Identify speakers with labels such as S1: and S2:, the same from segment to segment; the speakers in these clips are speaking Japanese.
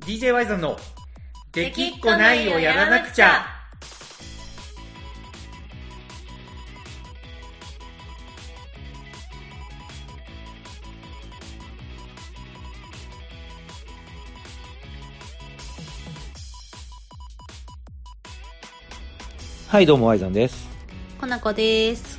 S1: DJ ワイザンの「できっこないをやらなくちゃ」
S2: はい、どうも、ワイザンです。
S3: コナコです。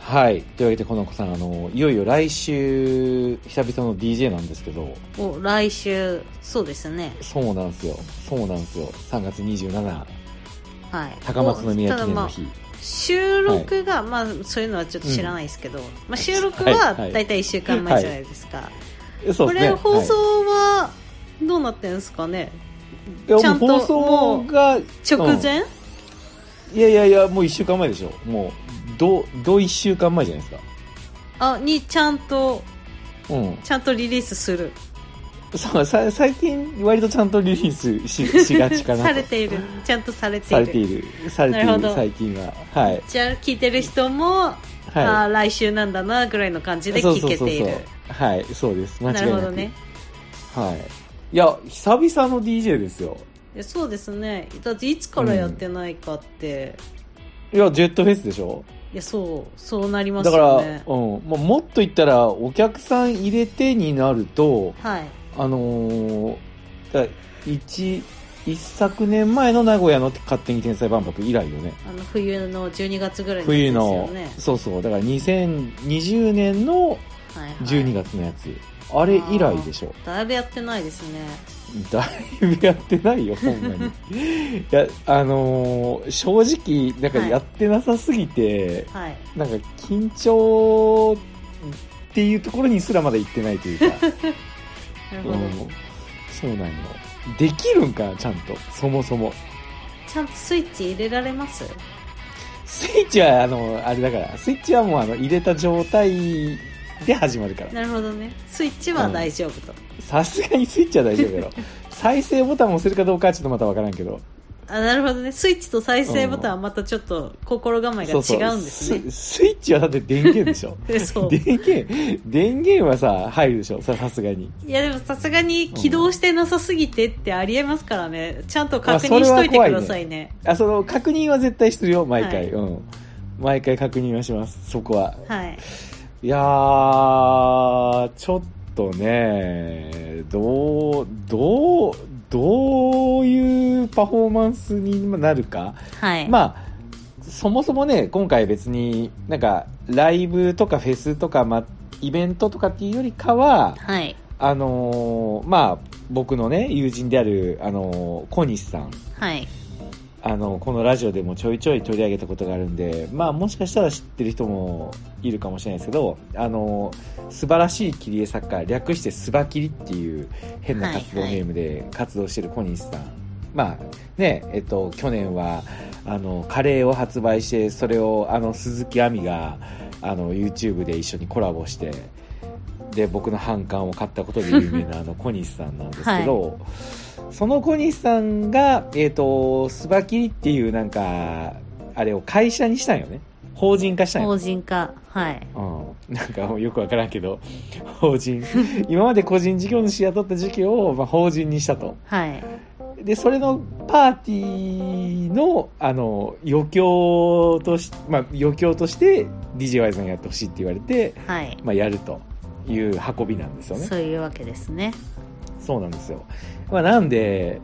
S2: はい。というわけで、この子さん、あの、いよいよ来週、久々の DJ なんですけど、
S3: お、来週、そうですね。
S2: そうなんですよ。そうなんですよ。3月27、
S3: はい。
S2: 高松宮記念
S3: ただ
S2: の
S3: まあ、
S2: 日。
S3: 収録が、まあ、そういうのはちょっと知らないですけど、まあ、収録
S2: は
S3: は、
S2: いはい
S3: だいたい1週間前じゃないですか。
S2: そう
S3: こ
S2: ですね。
S3: れ、放送
S2: は
S3: は、どうなってんですかね
S2: い、いや
S3: ちゃんと
S2: もう放送が、
S3: 直前、
S2: うんいやいやいや、もう1週間前でしょ。もう、ど、ど1週間前じゃないです
S3: あ、に、ちゃんと、
S2: か。うん。
S3: ちゃんとリリースする。
S2: そう、さ最近、割とちゃんとリリース ししがちかなと。
S3: されている。ちゃんとされて
S2: さ
S3: い
S2: れ
S3: る。
S2: ている。されてい
S3: な
S2: る
S3: るほど
S2: 最近は。はい。
S3: じゃあ、聞いてる人も、あ
S2: は
S3: ー来週なんだな、ぐらいの感じ
S2: い。
S3: で
S2: そう
S3: 聞
S2: そう
S3: け
S2: そう
S3: てい
S2: そう
S3: る。。
S2: はい、そうです。間違いな
S3: な
S2: く。
S3: るほどね。
S2: はい。いや、久々の DJ ですよ。
S3: えそうですねだっていつからやってないかって、
S2: いや、ジェットフェスでしょ
S3: いやそうそうなります
S2: だから、
S3: よ
S2: うん
S3: ね、
S2: まあ、もっと言ったら、お客さん入れてになると、
S3: はい
S2: あのー、だ一、一昨年前の名古屋の勝手に天才万博以来よね。
S3: あの冬の12月ぐらいの
S2: 冬
S3: やつ
S2: の、
S3: です
S2: そうそう、だから2020年の
S3: よね、はいはい
S2: 12月のやつ。あれ以来でしょ。
S3: だいぶやってないですね
S2: だいぶやってないよ、ほんまに。いや、あのー正直、なんか
S3: はい
S2: やってなさすぎて、
S3: はい
S2: なんか緊張っていうところにすらまだ行ってないというか、
S3: なる
S2: う
S3: ほど、
S2: ん、そうなんよ。できるんかな、ちゃんと、そもそも。
S3: ちゃんとスイッチ入れられます
S2: スイッチは、あの、あれだから、スイッチはもうあの入れた状態で始まるから。
S3: なるほどねスイッチは大丈夫と、
S2: さすがにスイッチは大丈 夫やろ。再生ボタンを押せるかどうかはちょっとまたわからんけど。
S3: あなるほどねスイッチと再生ボタンはまたちょっと心構えが違うんですね
S2: ススイッチはだって電源でしょ
S3: え そう
S2: 電源電源はさ入るでしょささすがに
S3: いやでもさすがに起動してなさすぎてってありえますからねちゃんと確認しといてくださいね
S2: あその確認は絶対するよ毎回、
S3: はい
S2: うん毎回確認はしますそこは
S3: はい
S2: いやーちょっとねどうどうどういうパフォーマンスになるか
S3: はい
S2: まあそもそもね今回別になんかライブとかフェスとか、まあ、イベントとかっていうよりかは
S3: はい
S2: あのーまあ僕のね友人である、あのー小西さん
S3: はい
S2: あのこのラジオでもちょいちょい取り上げたことがあるんで、まあ、もしかしたら知ってる人もいるかもしれないですけどあの素晴らしい切り絵作家略して「スバキリ」っていう変な活動
S3: はいはい
S2: ネームで活動してる小西さん、まあねえっと、去年はあのカレーを発売してそれをあの鈴木亜美があの YouTube で一緒にコラボしてで僕の反感を買ったことで有名なあの小西さんなんですけど、その小西さんが、えー、とスバキリっていうなんかあれを会社にしたんよね法人化したんよ
S3: 法、人化はい
S2: うん、なんかもうよくわからんけど法人今まで個人事業主雇った時期を、まあ、法人にしたと
S3: はい
S2: でそれのパーティーのあの余興とし、まあ、余興として DJY さんやってほしいって言われて、
S3: はい
S2: まあ、やるという運びなんですよね
S3: そういうわけですね
S2: そうなんですよ。まあ、なんで、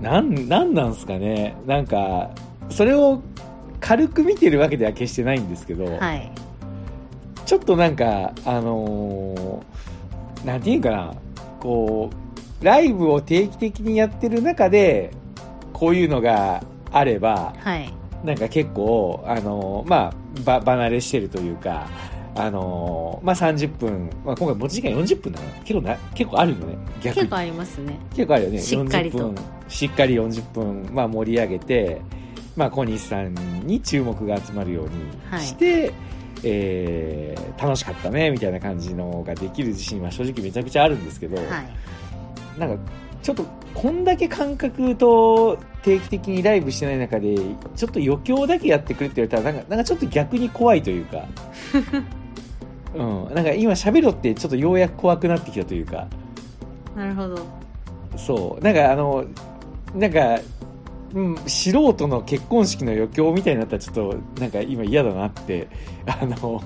S2: なん、なんなんすかね。なんか、それを軽く見てるわけでは決してないんですけど、
S3: はい
S2: ちょっとなんか、あのーなんていうんかな、こう、ライブを定期的にやってる中で、こういうのがあれば、
S3: はい
S2: なんか結構、あのーまあ、ば、離れしてるというか、あのーまあ、30分、まあ、今回持ち時間40分だから、結構な、結構あるよね、逆
S3: 結
S2: に
S3: 構。ありますね
S2: 結構あるよね
S3: しっかりと
S2: 40分しっかり40分、まあ、盛り上げて、まあ、小西さんに注目が集まるようにして、えー楽しかったねみたいな感じのができる自信は正直めちゃくちゃあるんですけど、
S3: はい
S2: なんかちょっとこんだけ感覚と定期的にライブしてない中でちょっと余興だけやってくれって言われたらなんかなんかちょっと逆に怖いと いうか。うん、なんか今喋ろってちょっとようやく怖くなってきたというか、
S3: なるほど
S2: そうなんかあのなんか、うん、素人の結婚式の余興みたいになったらちょっとなんか今嫌だなってあの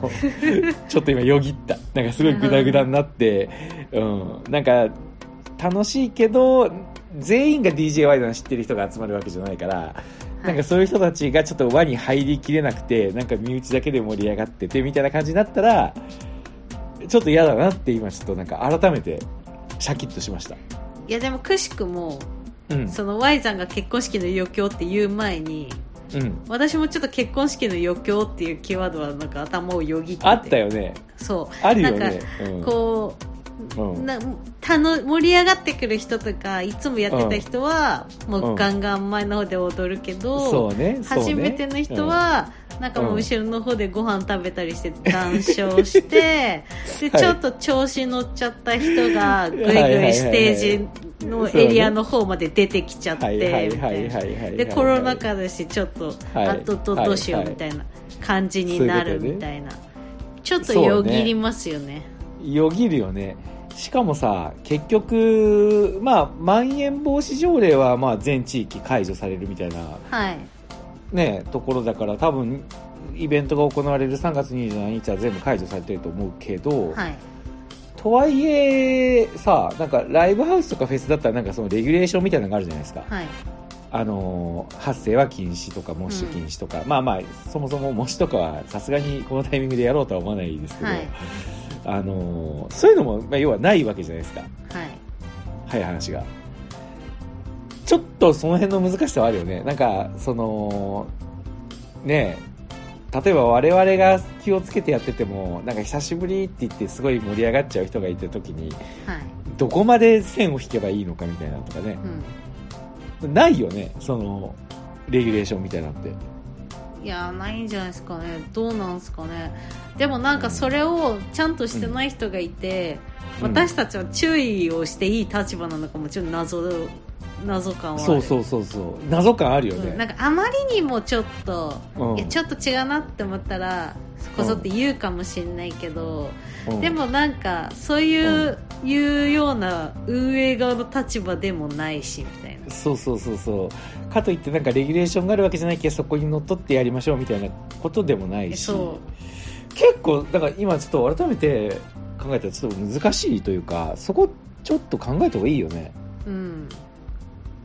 S2: ちょっと今よぎったなんかすごいグダグダになって、うん、なんか楽しいけど全員が DJY の知ってる人が集まるわけじゃないからなんかそういう人たちがちょっと輪に入りきれなくてなんか身内だけで盛り上がっててみたいな感じになったらちょっと嫌だなって今ちょっとなんか改めてシャキッとしました。
S3: いやでもくしくも
S2: うん、
S3: その Y さんが結婚式の余興って言う前に
S2: うん、
S3: 私もちょっと結婚式の余興っていうキーワードはなんか頭をよぎってて
S2: あったよね
S3: そ
S2: あるよね
S3: うこう、
S2: うん
S3: なたの盛り上がってくる人とかいつもやってた人は、もうガンガン前の方で踊るけ
S2: うん、
S3: ど、
S2: そうねそうね
S3: 初めての人、は、なんかもう後ろの方でご飯食べたりして談笑 して、でちょっと調子乗っちゃった人がぐいぐいステージのエリアの方まで出てきちゃっ
S2: うんはいは
S3: て
S2: い
S3: み
S2: は
S3: たい
S2: い
S3: な
S2: はいはい
S3: でコロナ禍だしちょっと、
S2: はい
S3: あとど
S2: はい
S3: どうしようみたいな感じにな
S2: そうい
S3: る
S2: うこ
S3: み
S2: と
S3: たいな、ちょっとよぎりますよね
S2: よぎるよねしかもさ結局まあまん延防止条例はまあ全地域解除されるみたいな
S3: はい
S2: ねところだから多分イベントが行われる3月27日は全部解除されてると思うけど、
S3: はい
S2: とはいえさなんかライブハウスとかフェスだったらなんかそのレギュレーションみたいなのがあるじゃないですか、
S3: はい
S2: あのー発声は禁止とか模試禁止とか、まあまあそもそも模試とかはさすがにこのタイミングでやろうとは思わないですけど、
S3: はい
S2: あのーそういうのも、まあ、要はないわけじゃないですか
S3: はい
S2: 早い話がちょっとその辺の難しさはあるよねなんかそのねえ例えば我々が気をつけてやっててもなんか久しぶりって言ってすごい盛り上がっちゃう人がいた時に
S3: はい
S2: どこまで線を引けばいいのかみたいなのとかね
S3: う
S2: ないよねそのレギュレーションみたいなのって
S3: んいやないんじゃないですかねどうなんですかねでもなんかそれをちゃんとしてない人がいて、
S2: うん
S3: 私たちは注意をしていい立場なのかもちろん謎謎感はある
S2: そうそうそうそう謎感あるよ
S3: うん
S2: ね、
S3: なんかあまりにもちょっと、
S2: うん
S3: いやちょっと違うなって思ったらそこぞって言うかもしれないけど、
S2: うん
S3: でもなんかそういう,、いうような運営側の立場でもないしみたいな
S2: そうそうそうそうかといってなんかレギュレーションがあるわけじゃないけどそこにのっとってやりましょうみたいなことでもないし
S3: そ
S2: 結構だから今ちょっと改めて考えたらちょっと難しいというかそこちょっと考えた方がいいよね
S3: ううん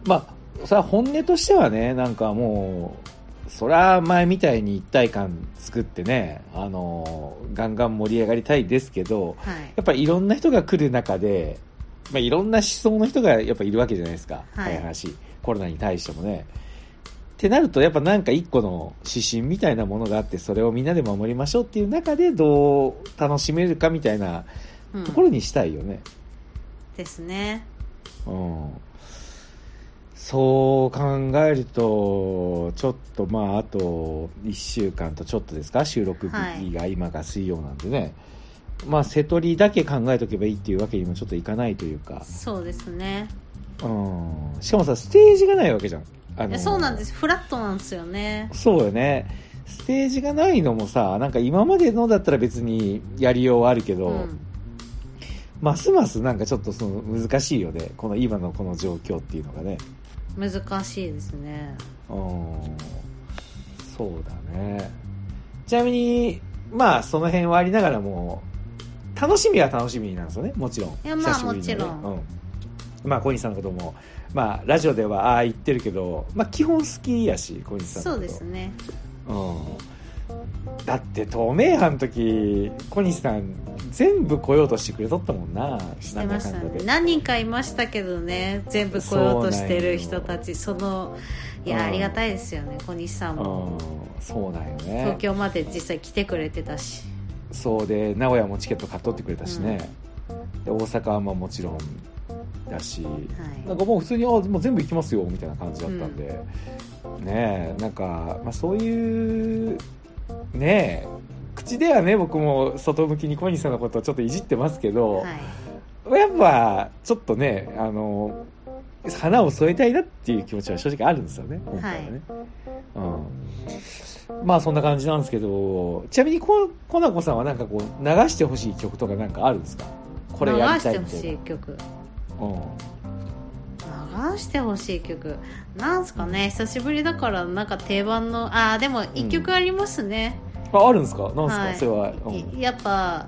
S2: まあさ本音としてはねなんかもうそりゃ前みたいに一体感作ってねあのガンガン盛り上がりたいですけど
S3: はい
S2: やっぱりいろんな人が来る中で、まあ、いろんな思想の人がやっぱいるわけじゃないですか、
S3: はい
S2: 早い話コロナに対してもね。ってなるとやっぱなんか一個の指針みたいなものがあってそれをみんなで守りましょうっていう中でどう楽しめるかみたいな
S3: うん
S2: ところにしたいよね。
S3: ですね
S2: うんそう考えるとちょっとまああと1週間とちょっとですか収録日が今が水曜なんでね、まあ瀬戸りだけ考えとけばいいっていうわけにもちょっといかないというか、
S3: そうですね
S2: うん、しかもさステージがないわけじゃんあ
S3: いやそうなんですすフラットなんですよね
S2: そうよねステージがないのもさなんか今までのだったら別にやりようはあるけど、
S3: うん
S2: ますますなんかちょっとその難しいよねこの今のこの状況っていうのがね
S3: 難しいですね
S2: うんそうだねちなみにまあその辺はありながらも楽しみは楽しみなんですよねもちろん
S3: いやまあ
S2: 久しぶりにね
S3: もちろん
S2: うん、まあ小西さんのこともまあラジオではああ言ってるけど、まあ、基本好きやし小西さんの
S3: そ
S2: こ
S3: う
S2: と
S3: ですね
S2: うん、だって透明派の時小西さん全部来ようとしてくれとったもんな
S3: してました
S2: なんだか
S3: ね
S2: んだで
S3: 何人かいましたけどね全部来ようとしてる人たちそのいや
S2: うん
S3: ありがたいですよね小西さんも
S2: うんそうなんよね
S3: 東京まで実際来てくれてたし
S2: そうで名古屋もチケット買っとってくれたしね、で大阪はまあもちろんだしな
S3: は
S2: んかもう普通にあもう全部行きますよみたいな感じだったんで、ねえなんか、まあ、そういうねえ口ではね僕も外向きに小西さんのことをちょっといじってますけ
S3: い
S2: ど、
S3: はい
S2: やっぱちょっとねあの花を添えたいなっていう気持ちは正直あるんですよね今回はね、うん、まあそんな感じなんですけどちなみにこコナコさんはなんかこう流してほしい曲とかなんかあるんですかこれやりたいみ
S3: 流
S2: た
S3: してほし
S2: い
S3: い曲
S2: な、うん、
S3: 流してほしい曲なんすかね久しぶりだからなんか定番のあーでも1曲ありますね、
S2: ああるんですかなんですか、
S3: はい
S2: それは、うん
S3: いやっぱ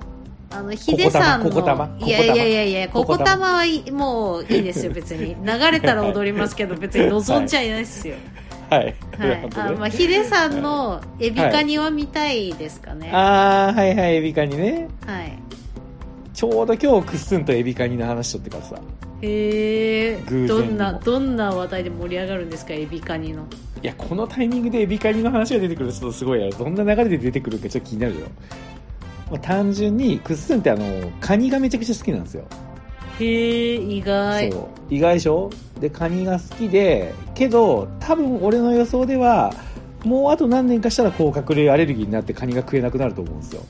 S3: あのヒデさんの
S2: ここたまここたま
S3: いやいやいやいや
S2: こ
S3: こ
S2: こ
S3: こ
S2: たま
S3: たまはいいもういいですよ 別に流れたら踊りますけど別に望んじゃいないですよ、
S2: はい、
S3: はい
S2: なるほど
S3: あ
S2: ね
S3: まあ、ヒデさんのエビカニは見たいですかね、は
S2: あーはいはいエビカニね
S3: い
S2: ちょうど今日クッスンとエビカニの話しとってからさ
S3: へえ
S2: 偶然にも
S3: どんなどんな話題で盛り上がるんですかエビカニの
S2: いやこのタイミングでエビカニの話が出てくるとすごいやどんな流れで出てくるかちょっと気になるよ、まあ、単純にクッスンってあのカニがめちゃくちゃ好きなんですよ、
S3: へえ意外
S2: そう意外でしょでカニが好きでけど多分俺の予想ではもうあと何年かしたら甲殻類アレルギーになってカニが食えなくなると思うんですよ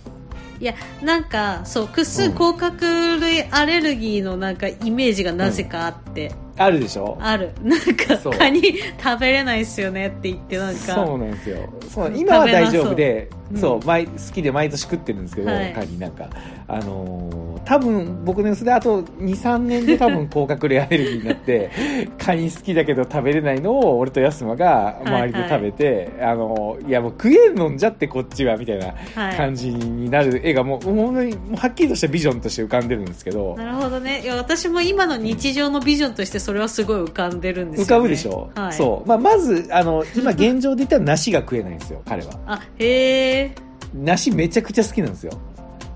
S3: なんかそうクス甲殻類アレルギーのなんかイメージがなぜかあって、
S2: あるでしょ
S3: ある なんか
S2: そう
S3: カニ食べれないっすよねって言ってなんか
S2: そうなんですよそう今は大丈夫で
S3: 食べなそ
S2: そうう、
S3: うん
S2: 毎好きで毎年食ってるんですけど、
S3: はい
S2: カニなんかあのー多分僕の予想であと23年で多 分甲殻類アレルギーになってカニ好きだけど食べれないのを俺と安間が周りで食べて、あのーいやもう食えんのんじゃってこっちはみたいな
S3: はい
S2: 感じになる絵がもうもう本当にもうはっきりとしたビジョンとして浮かんでるんですけど
S3: なるほどねいや私も今の日常のビジョンとしてそれはすごい浮かんでるんですよ、ね、
S2: 浮かぶでしょ、
S3: はい、
S2: そう、まあ、まずあの今現状で言ったら梨が食えないんですよ彼は
S3: あへえ
S2: 梨めちゃくちゃ好きなんですよ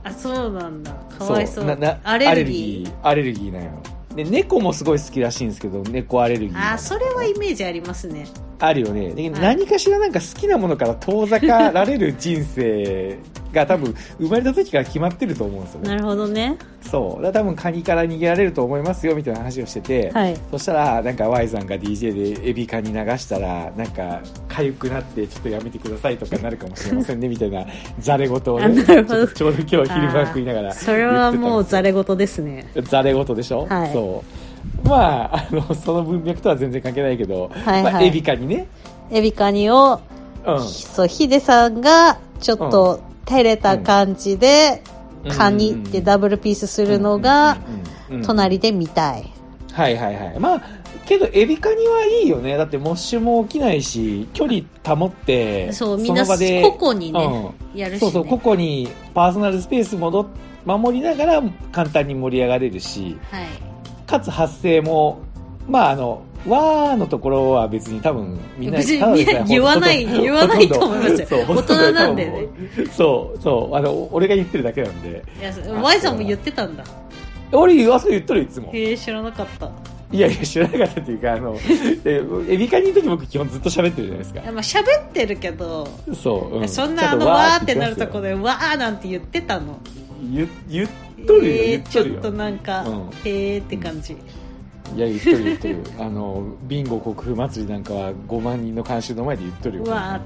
S3: あそうなんだかわいそう
S2: なな
S3: アレルギー
S2: アレルギーアレルギーなんよで猫もすごい好きらしいんですけど猫アレルギー
S3: あそれはイメージありますね
S2: あるよねで
S3: はい
S2: 何かしらなんか好きなものから遠ざかられる人生が多分生まれた時から決まってると思うんですよ
S3: な
S2: ね
S3: るほどね
S2: そうだから多分カニから逃げられると思いますよみたいな話をしてて、
S3: はい
S2: そしたらなんか Y さんが DJ でエビカニ流したらなんか痒くなってちょっとやめてくださいとかなるかもしれませんねみたいなざれ言を
S3: あ
S2: ね
S3: なるほど
S2: ちょうど今日昼間食いながら
S3: それはもうざ
S2: れ
S3: れ言ですね
S2: ざれ言でしょ、
S3: はい
S2: そうまああのその文脈とは全然関係ないけど、
S3: はいはい
S2: まあ、エビカニね、
S3: エビカニを
S2: うん
S3: そうヒデさんがちょっと照れた感じで、カニってダブルピースするのが
S2: うんうんうんうん
S3: 隣で見たい、
S2: はいはいはいまあけどエビカニはいいよねだってモッシュも起きないし距離保って
S3: そうみ
S2: そ
S3: んな
S2: の
S3: 個
S2: 場で
S3: 々にね、
S2: うん
S3: やるし、ね、
S2: そうそう個々にパーソナルスペース戻っ守りながら簡単に盛り上がれるし
S3: はい
S2: かつ発声もまああの「わー」のところは別に多分みんな
S3: 別に
S2: ただでさえほんと
S3: 言わない
S2: ほとんど
S3: 言わないと思いますよ
S2: そうほとど
S3: 大人なんでね
S2: そうそうあの俺が言ってるだけなんで
S3: いや Y さんも言ってたんだ
S2: 俺あそこ言っとるいつも
S3: へえ知らなかったい
S2: いやいや知らなかったっていうかあのえエビカニの時僕基本ずっと喋ってるじゃないですか
S3: やまあ喋ってるけど、
S2: そう、う
S3: そん
S2: ちゃ
S3: なんあ
S2: と
S3: のわーってなるとこ
S2: 言って
S3: でわーなんて言ってたの
S2: ますよ言言っとるよ、
S3: え
S2: 言
S3: ー
S2: っ
S3: ち
S2: とる
S3: ょ
S2: よ
S3: っとなんか、
S2: うん
S3: へえって感じ、
S2: いや言っとる言っとるあのビンゴ国風祭りなんかは5万人の観衆の前で言っとるよ
S3: わ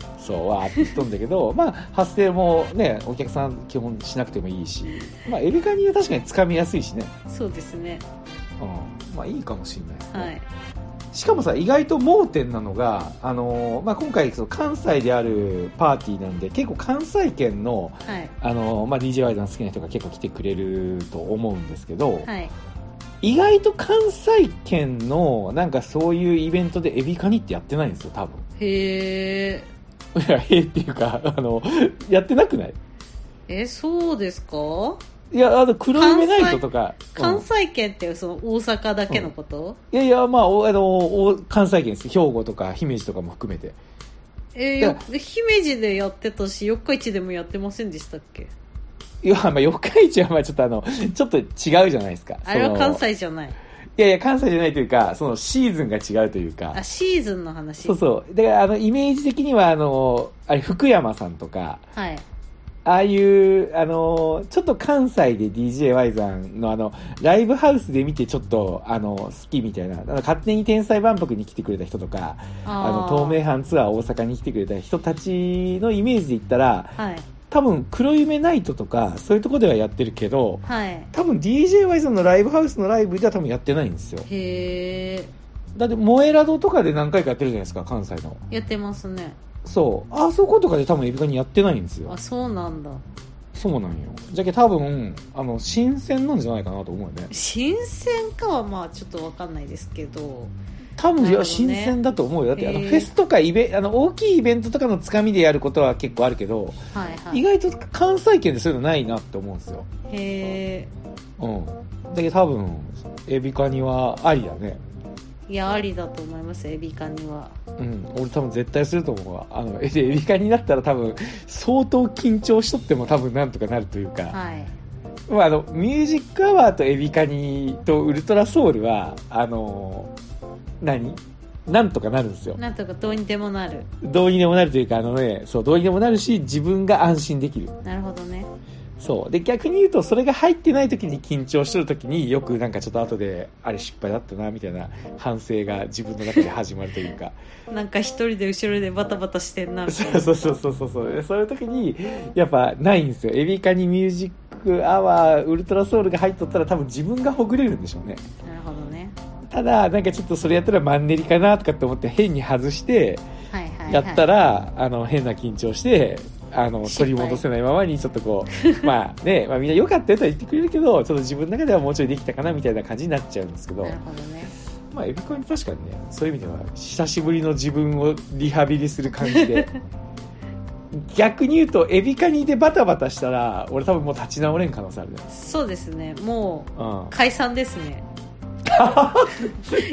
S3: ーっ
S2: そうわーって言っとんだけど まあ発声もねお客さん基本しなくてもいいしまあエビカニは確かにつかみやすいしね、
S3: てそうですね
S2: うん、まあいいかもしれないですね、
S3: はい
S2: しかもさ意外と盲点なのが、あのーまあ、今回その関西であるパーティーなんで結構関西圏の、
S3: はい
S2: あのーまあ、DJY さん好きな人が結構来てくれると思うんですけど、
S3: はい
S2: 意外と関西圏のなんかそういうイベントでエビカニってやってないんですよ多分
S3: へえ
S2: いやえーっていうかあのやってなくない
S3: えそうですか
S2: いやあの黒夢ナイトとかう
S3: 関
S2: んい
S3: 西圏ってその大阪だけのこと、
S2: やいやまあおあのお関西圏です兵庫とか姫路とかも含めて
S3: えーよ姫路でやってたし四日市でもやってませんでしたっけ
S2: いやまあ四日市はまあちょっとあの ちょっと違うじゃないですか
S3: あれ
S2: そ
S3: は
S2: の
S3: 関西じゃない
S2: いやいや関西じゃないというかそのシーズンが違うという
S3: あ
S2: か
S3: シーズンの話
S2: そうそうだからあのイメージ的にはあのあれ福山さんとか
S3: はい
S2: ああいう、あのーちょっと関西で DJY さんのあの、ライブハウスで見てちょっと、あの好きみたいな、あの勝手に天才万博に来てくれた人とか、あの、
S3: ー
S2: 東名阪ツアー大阪に来てくれた人たちのイメージで言ったら、
S3: はい
S2: 多分黒夢ナイトとか、そういうとこではやってるけど、
S3: はい
S2: 多分 DJY さんのライブハウスのライブでは多分やってないんですよ。
S3: へえ
S2: だって、萌えラドとかで何回かやってるじゃないですか、関西の。
S3: やってますね
S2: そう。あそことかで多分エビカニやってないんですよ
S3: あ。そうなんだ
S2: そうなんよじゃけ多分あの新鮮なんじゃないかなと思うよね
S3: 新鮮かはまあちょっとわかんないですけど
S2: 多分、
S3: なるほどね
S2: いや新鮮だと思うよだってあの
S3: へ
S2: フ
S3: え
S2: ェスとかイベあの大きいイベントとかのつかみでやることは結構あるけど、
S3: はいは
S2: 意
S3: い
S2: 外と関西圏でそういうのないなって思うんですよ
S3: へえ
S2: うんだけど多分エビカニはありだね
S3: いやありだと思いますエビカニは
S2: うん俺多分絶対すると思うわあのえ でエビカニだったら多分相当緊張しとっても多分なんとかなるというか、
S3: はい
S2: まあ、あのミュージックアワーとエビカニとウルトラソウルはあの何なんとかなるんですよ
S3: なんとかどうにでもなる
S2: どうにでもなるというかあのねそうどうにでもなるし自分が安心できる
S3: なるほどね
S2: そうで逆に言うとそれが入ってない時に緊張してる時によくなんかちょっと後であれ失敗だったなみたいな反省が自分の中で始まるというか
S3: なんか一人で後ろでバタバタしてんなみたい
S2: そうそう
S3: な
S2: そうそうそうそうでそういう時にやっぱないんですよエビカニミュージックアワーウルトラソウルが入っとったら多分自分がほぐれるんでしょうね
S3: なるほどね
S2: ただなんかちょっとそれやったらマンネリかなとかって思って変に外して
S3: はいはい、はい、
S2: やったら、あの変な緊張してあの
S3: 失敗
S2: 取り戻せないままにちょっとこう まあね、まあ、みんな良かったよとは言ってくれるけどちょっと自分の中ではもうちょいできたかなみたいな感じになっちゃうんですけど
S3: なるほどね
S2: まあエビコン確かにねそういう意味では久しぶりの自分をリハビリする感じで逆に言うとエビカニでバタバタしたら俺多分もう立ち直れん可能性あるね、
S3: そうですねもう
S2: うん、
S3: 解散です ね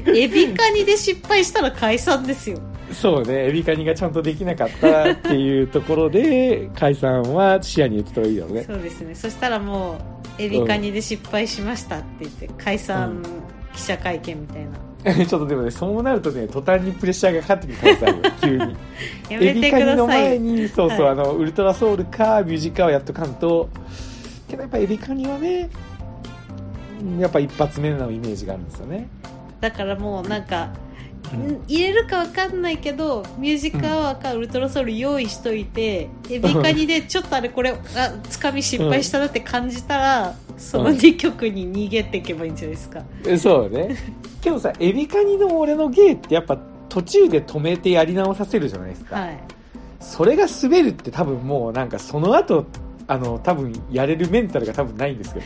S3: エビカニで失敗したら解散ですよ
S2: そうね、エビカニがちゃんとできなかったっていうところで、解散は視野に入れてた方がいいだろうね。
S3: そうですねそしたらもうエビカニで失敗しましたって言って解
S2: う
S3: 散
S2: ん
S3: 記者会見みたい な、
S2: ちょっとでもね、そうなるとね、途端にプレッシャーがかかってくる可能性あるよ、急に。
S3: や
S2: エ
S3: め
S2: ビ
S3: て
S2: カ
S3: く
S2: ニの
S3: ださ
S2: 前
S3: い
S2: に、そうそう、
S3: はい
S2: あの、ウルトラソウルか、ミュージックアワーやっとかんと、けどやっぱエビカニはね、やっぱ一発目のイメージがあるんですよね。
S3: だからもうなんか、ん入れるかわかんないけどミュージックアワーかウルトラソウル用意しといて、エビカニでちょっとあれこれあつかみ失敗したなって感じたら、その2曲に逃げていけばいいんじゃないですか、
S2: えそう ね。けどさ、エビカニの俺の芸ってやっぱ途中で止めてやり直させるじゃないですか。
S3: はい
S2: それが滑るって多分もうなんかその後あの多分やれるメンタルが多分ないんですけ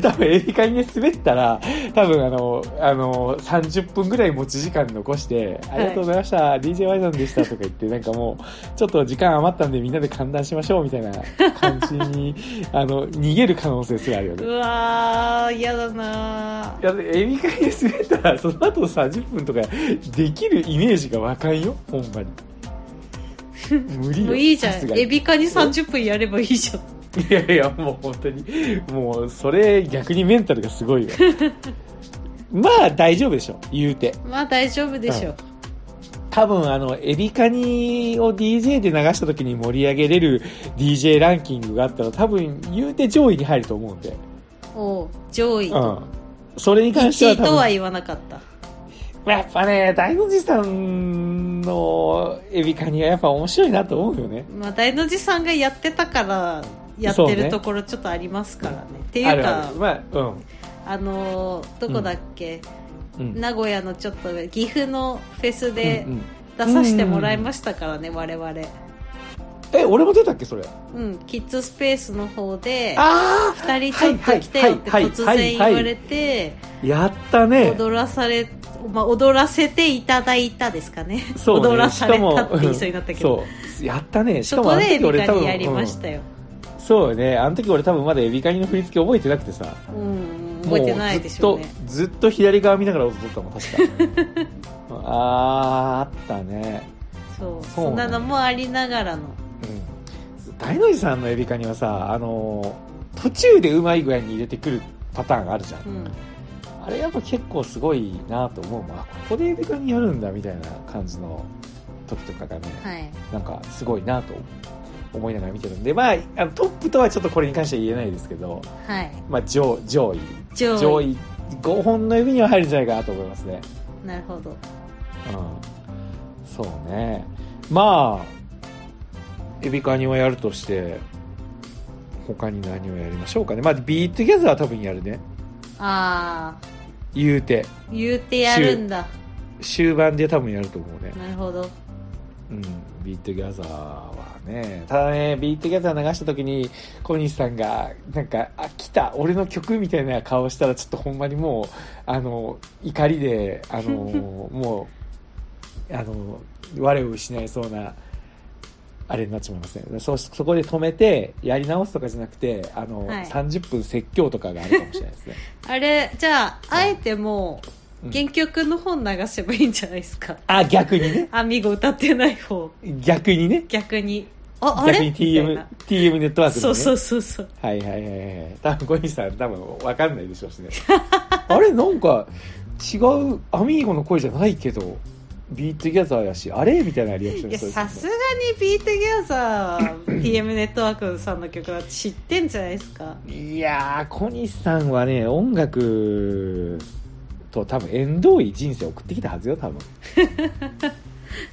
S2: ど 多分エビカニで滑ったら多分あのあの30分ぐらい持ち時間残して、
S3: い
S2: ありがとうございました DJY さんでしたとか言ってなんかもうちょっと時間余ったんでみんなで歓談しましょうみたいな感じに あの逃げる可能性すらあるよ
S3: う
S2: ね。
S3: わー嫌だなー
S2: いやエビカニで滑ったらその後30分とかできるイメージがわかんよほんまに無理よ
S3: もういいじゃ
S2: さす
S3: ん
S2: がに
S3: エビカニ30分やればいいじゃん
S2: いやいや、もう本当に、もうそれ逆にメンタルがすごいよ。 まあ大丈夫でしょ、言うて。
S3: まあ大丈夫でしょう、
S2: 多分あの、エビカニを DJ で流した時に盛り上げれる DJ ランキングがあったら多分言うて上位に入ると思うんで。
S3: おう上位、
S2: うん。それに関して
S3: 1
S2: は
S3: 位と
S2: 多
S3: は
S2: 分、
S3: 言わなかった
S2: やっぱね、大の字さんのエビカニはやっぱ面白いなと思うよね。
S3: まあ大の字さんがやってたからやっ
S2: そう
S3: て
S2: ね
S3: るところちょっとありますからねっていう
S2: あ
S3: か
S2: るある。まあ、うん。
S3: あのーどこだっけ、
S2: うん
S3: 名古屋のちょっと上岐阜のフェスで
S2: うんうん
S3: 出させてもらいましたからね、我々
S2: え、俺も出たっけ、それ。
S3: うんキッズスペースの方で
S2: あ
S3: 二人ちょっと来てよって
S2: はいはい
S3: 突
S2: はいはい
S3: 然言われて
S2: あやったね。
S3: 踊らされ、まあ、踊らせていただいたですかね
S2: そうね
S3: 踊らされたって言い
S2: し
S3: そ
S2: か
S3: うに
S2: も
S3: なったけど、
S2: そうやったねし
S3: そ
S2: かも
S3: こ
S2: あの
S3: で
S2: 時
S3: エビ
S2: 俺
S3: カ
S2: 多分
S3: ニやりましたよ、
S2: うんそうよねあの時俺多分まだエビカニの振り付け覚えてなくてさ
S3: うん、
S2: もう
S3: 覚えてないでしょうね
S2: ずっとずっと左側見ながら踊ったもん確 かあーあったね、
S3: そう
S2: そう
S3: そんなのもありながら
S2: う
S3: の
S2: ん、大の字さんのエビカニはさあのー途中でうまい具合に入れてくるパターンがあるじゃん
S3: うん
S2: あれやっぱ結構すごいなと思うもんあここでエビカニやるんだみたいな感じの時とかがね、
S3: はい
S2: なんかすごいなと思いながら見てるんで、まあ、あのトップとはちょっとこれに関しては言えないですけど、
S3: はい
S2: まあ、上上位
S3: 上位
S2: 上位5本の指には入るんじゃないかなと思いますね。
S3: なるほど
S2: うん、そうねまあエビカニはやるとして他に何をやりましょうかねまあビートギャザーは多分やるね
S3: ああ
S2: 言うて
S3: 言うてやるんだ
S2: 終盤で多分やると思うね
S3: なるほど
S2: うんビートギャザーはね、ただね、ビートギャザー流した時に、小西さんが、なんか、あ、来た、俺の曲みたいな顔したら、ちょっとほんまにもう、あの、怒りで、あの、もう、あの、我を失いそうな、あれになっちまいますね。そ、そこで止めて、やり直すとかじゃなくて、あの、
S3: はい
S2: 30分説教とかがあるかもしれないですね。
S3: あれじゃああえても
S2: う
S3: うん原曲の本流せばいいんじゃないですか、
S2: あ、逆にね。
S3: アミゴ歌ってない方
S2: 逆にね。
S3: 逆にああ
S2: 逆
S3: れ
S2: に
S3: みたい
S2: TM
S3: な、
S2: TM ネットワークの
S3: そ
S2: ね。
S3: うそうそうそう
S2: はいはいはいはい。多分、小西さん、多分、わかんないでしょうし ね。あれ、なんか、違う、アミーゴの声じゃないけど、ビートギャザーやし、あれみたいなリアクション
S3: いや
S2: そうです
S3: さす
S2: ね
S3: がにビートギャザー TM ネットワークさんの曲だって知ってんじゃないですか
S2: いやー、小西さんはね、音楽と多分、縁遠い人生を送ってきたはずよ、多分。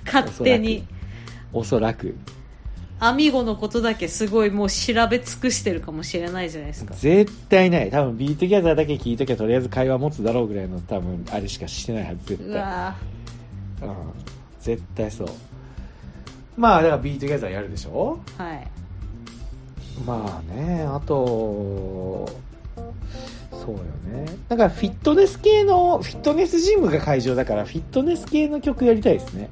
S3: 勝手に
S2: おそらく。
S3: アミゴのことだけすごいもう調べ尽くしてるかもしれないじゃないですか
S2: 絶対ない。多分、ビートギャザーだけ聞いときゃ、とりあえず会話持つだろうぐらいの、多分、あれしかしてないはず、絶
S3: う
S2: 対。
S3: わ
S2: うん。絶対そう。まあ、だから、ビートギャザーやるでしょ
S3: ーはい
S2: まあね、あと、そうよね。だからフィットネス系の、フィットネスジムが会場だから、フィットネス系の曲やりたいですね。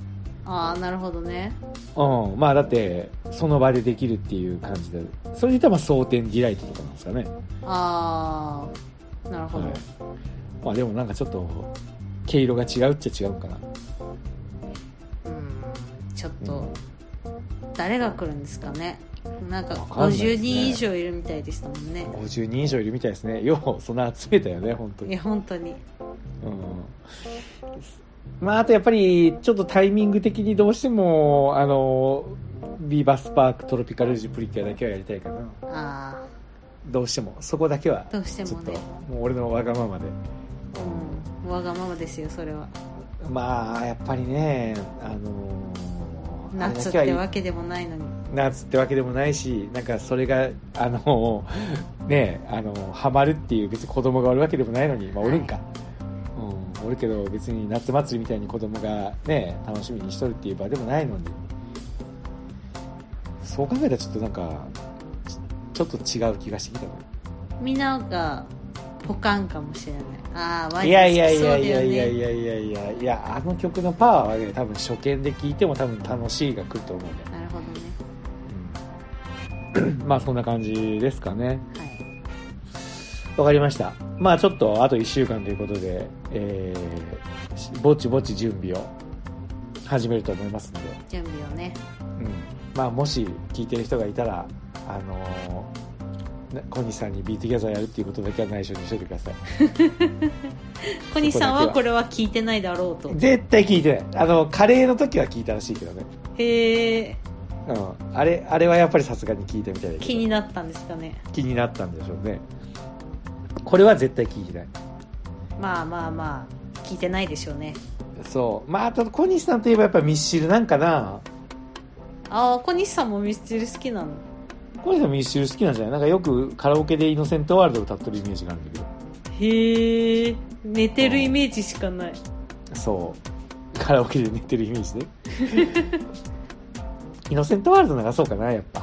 S3: ああなるほどね
S2: うん。まあだって、その場でできるっていう感じで。それで言ったら、まあ、蒼天ディライトとかなんですかね。
S3: ああなるほど、
S2: はい。まあでもなんかちょっと、毛色が違うっちゃ違うかな。
S3: うんちょっと誰が来るんですかねなんか
S2: わかんないですね
S3: 50人以上いるみたいでしたもんね
S2: 50人以上いるみたいですね。よう、そんな集めたよね、本当
S3: い
S2: に。
S3: や本当に
S2: うんまあ、あとやっぱり、ちょっとタイミング的にどうしても、あの、ビーバスパークトロピカルジュプリキュアだけはやりたいかな。
S3: あ
S2: どうしても、そこだけは
S3: あ、どうして
S2: ちょ
S3: も
S2: っと、
S3: ね
S2: もう俺のわがままで。
S3: うんわがままですよそれは
S2: まあ、やっぱりね、あのー
S3: 夏っ
S2: あれ
S3: て
S2: だ
S3: わけでもないのに
S2: けは夏ってわけでもないし、なんかそれが、あの ーね、あのーハマるっていう別に子供がおるわけでもないのに、まあおるんか。うん、おるけど別に夏祭りみたいに子供がね楽しみにしとるっていう場でもないのにそう考えたらちょっとなんかちょちょっと違う気がしてきたな
S3: みんながポカンかもしれないああワ
S2: い
S3: イ
S2: や
S3: ナ
S2: いやい
S3: 好きそう
S2: や
S3: だ
S2: いやいや
S3: よ
S2: い
S3: ね
S2: やいやいやいやあの曲のパワーはね多分初見で聴いても多分楽しいが来ると思うね、
S3: なるほどね
S2: うんまあそんな感じですかね
S3: はい
S2: わかりましたまあちょっとあと1週間ということで、えーしぼちぼち準備を始めると思いますので
S3: 準備をね
S2: うんまあ、もし聞いてる人がいたら、あのーな小西さんにビートギャザーやるっていうことだけは内緒にしといてください。
S3: 小西さんは
S2: そこだけは
S3: これは聞いてないだろうと
S2: 絶対聞いてない。あの、カレーの時は聞いたらしいけどね。
S3: へえ
S2: うん。あれ、あれはやっぱりさすがに聞いてみたいだけど
S3: 気になったんですかね
S2: 気になったんでしょうね。これは絶対聞いてない。
S3: まあまあまあ聞いてないでしょうね
S2: そう。まあ、あと小西さんといえばやっぱミッシルなんかな。
S3: ああ小西さんもミスチル好きなの
S2: 小西さんミッシル好きなんじゃないなんかよくカラオケでイノセントワールド歌ってるイメージがあるんだけど。
S3: へえ寝てるイメージしかない
S2: そう。カラオケで寝てるイメージで。イノセントワールド流そうかな、やっぱ。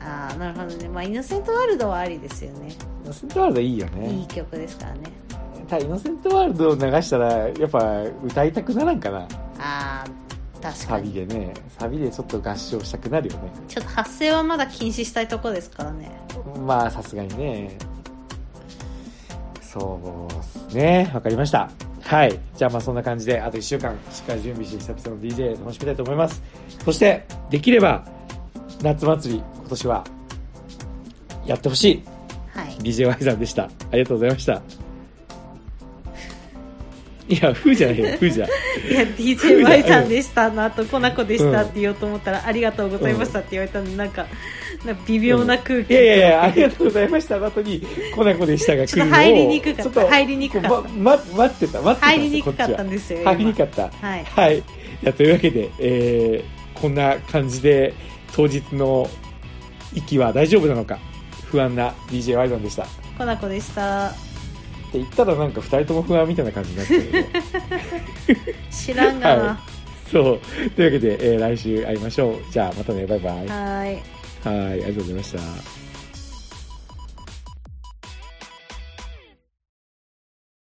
S3: ああなるほどねまあイノセントワールドはありですよね
S2: イノセントワールドいいよね。
S3: いい曲ですからね
S2: ただ、イノセントワールドを流したら、やっぱ歌いたくならんかな。
S3: ああ確
S2: サ
S3: か
S2: ビ
S3: に
S2: でね。サビでちょっと合唱したくなるよね。
S3: ちょっと発声はまだ禁止したいとこですからね
S2: まあ、さすがにね。そうっすね。わかりました。はい。じゃあまあそんな感じで、あと1週間しっかり準備して久々の DJ 楽しみたいと思います。そして、できれば、夏祭り、今年は、やってほしい。
S3: はい
S2: DJY さんでした。ありがとうございました。いや、ふーじゃないよ、ふーじゃ。
S3: いや DJY さんでしたのあとコナコでしたって言おうと思ったら、ありがとうございましたって言われたのになんか なんか微妙な空気、
S2: いやいやいや、ありがとうございました。の後に、コナコでしたが来
S3: ちょ
S2: る
S3: っ
S2: のを
S3: と入りにくかった
S2: ちょと
S3: 入りにくかった
S2: こうま、ま待ってた、待ってた
S3: 入りにくかったん
S2: で
S3: ですよ
S2: すよこっちは
S3: 今
S2: 入りにくかった。
S3: はい
S2: はい。いや、というわけで、えーこんな感じで、当日の息は大丈夫なのか、不安な DJ ワイザンでした。って
S3: コナコでした
S2: 言ったらなんか二人とも不安みたいな感じになってるけど
S3: 知らんがな、
S2: はいそう。というわけで、えー来週会いましょう。じゃあ、またね。バイバイ。は
S3: はい。
S2: い。ありがとうございました。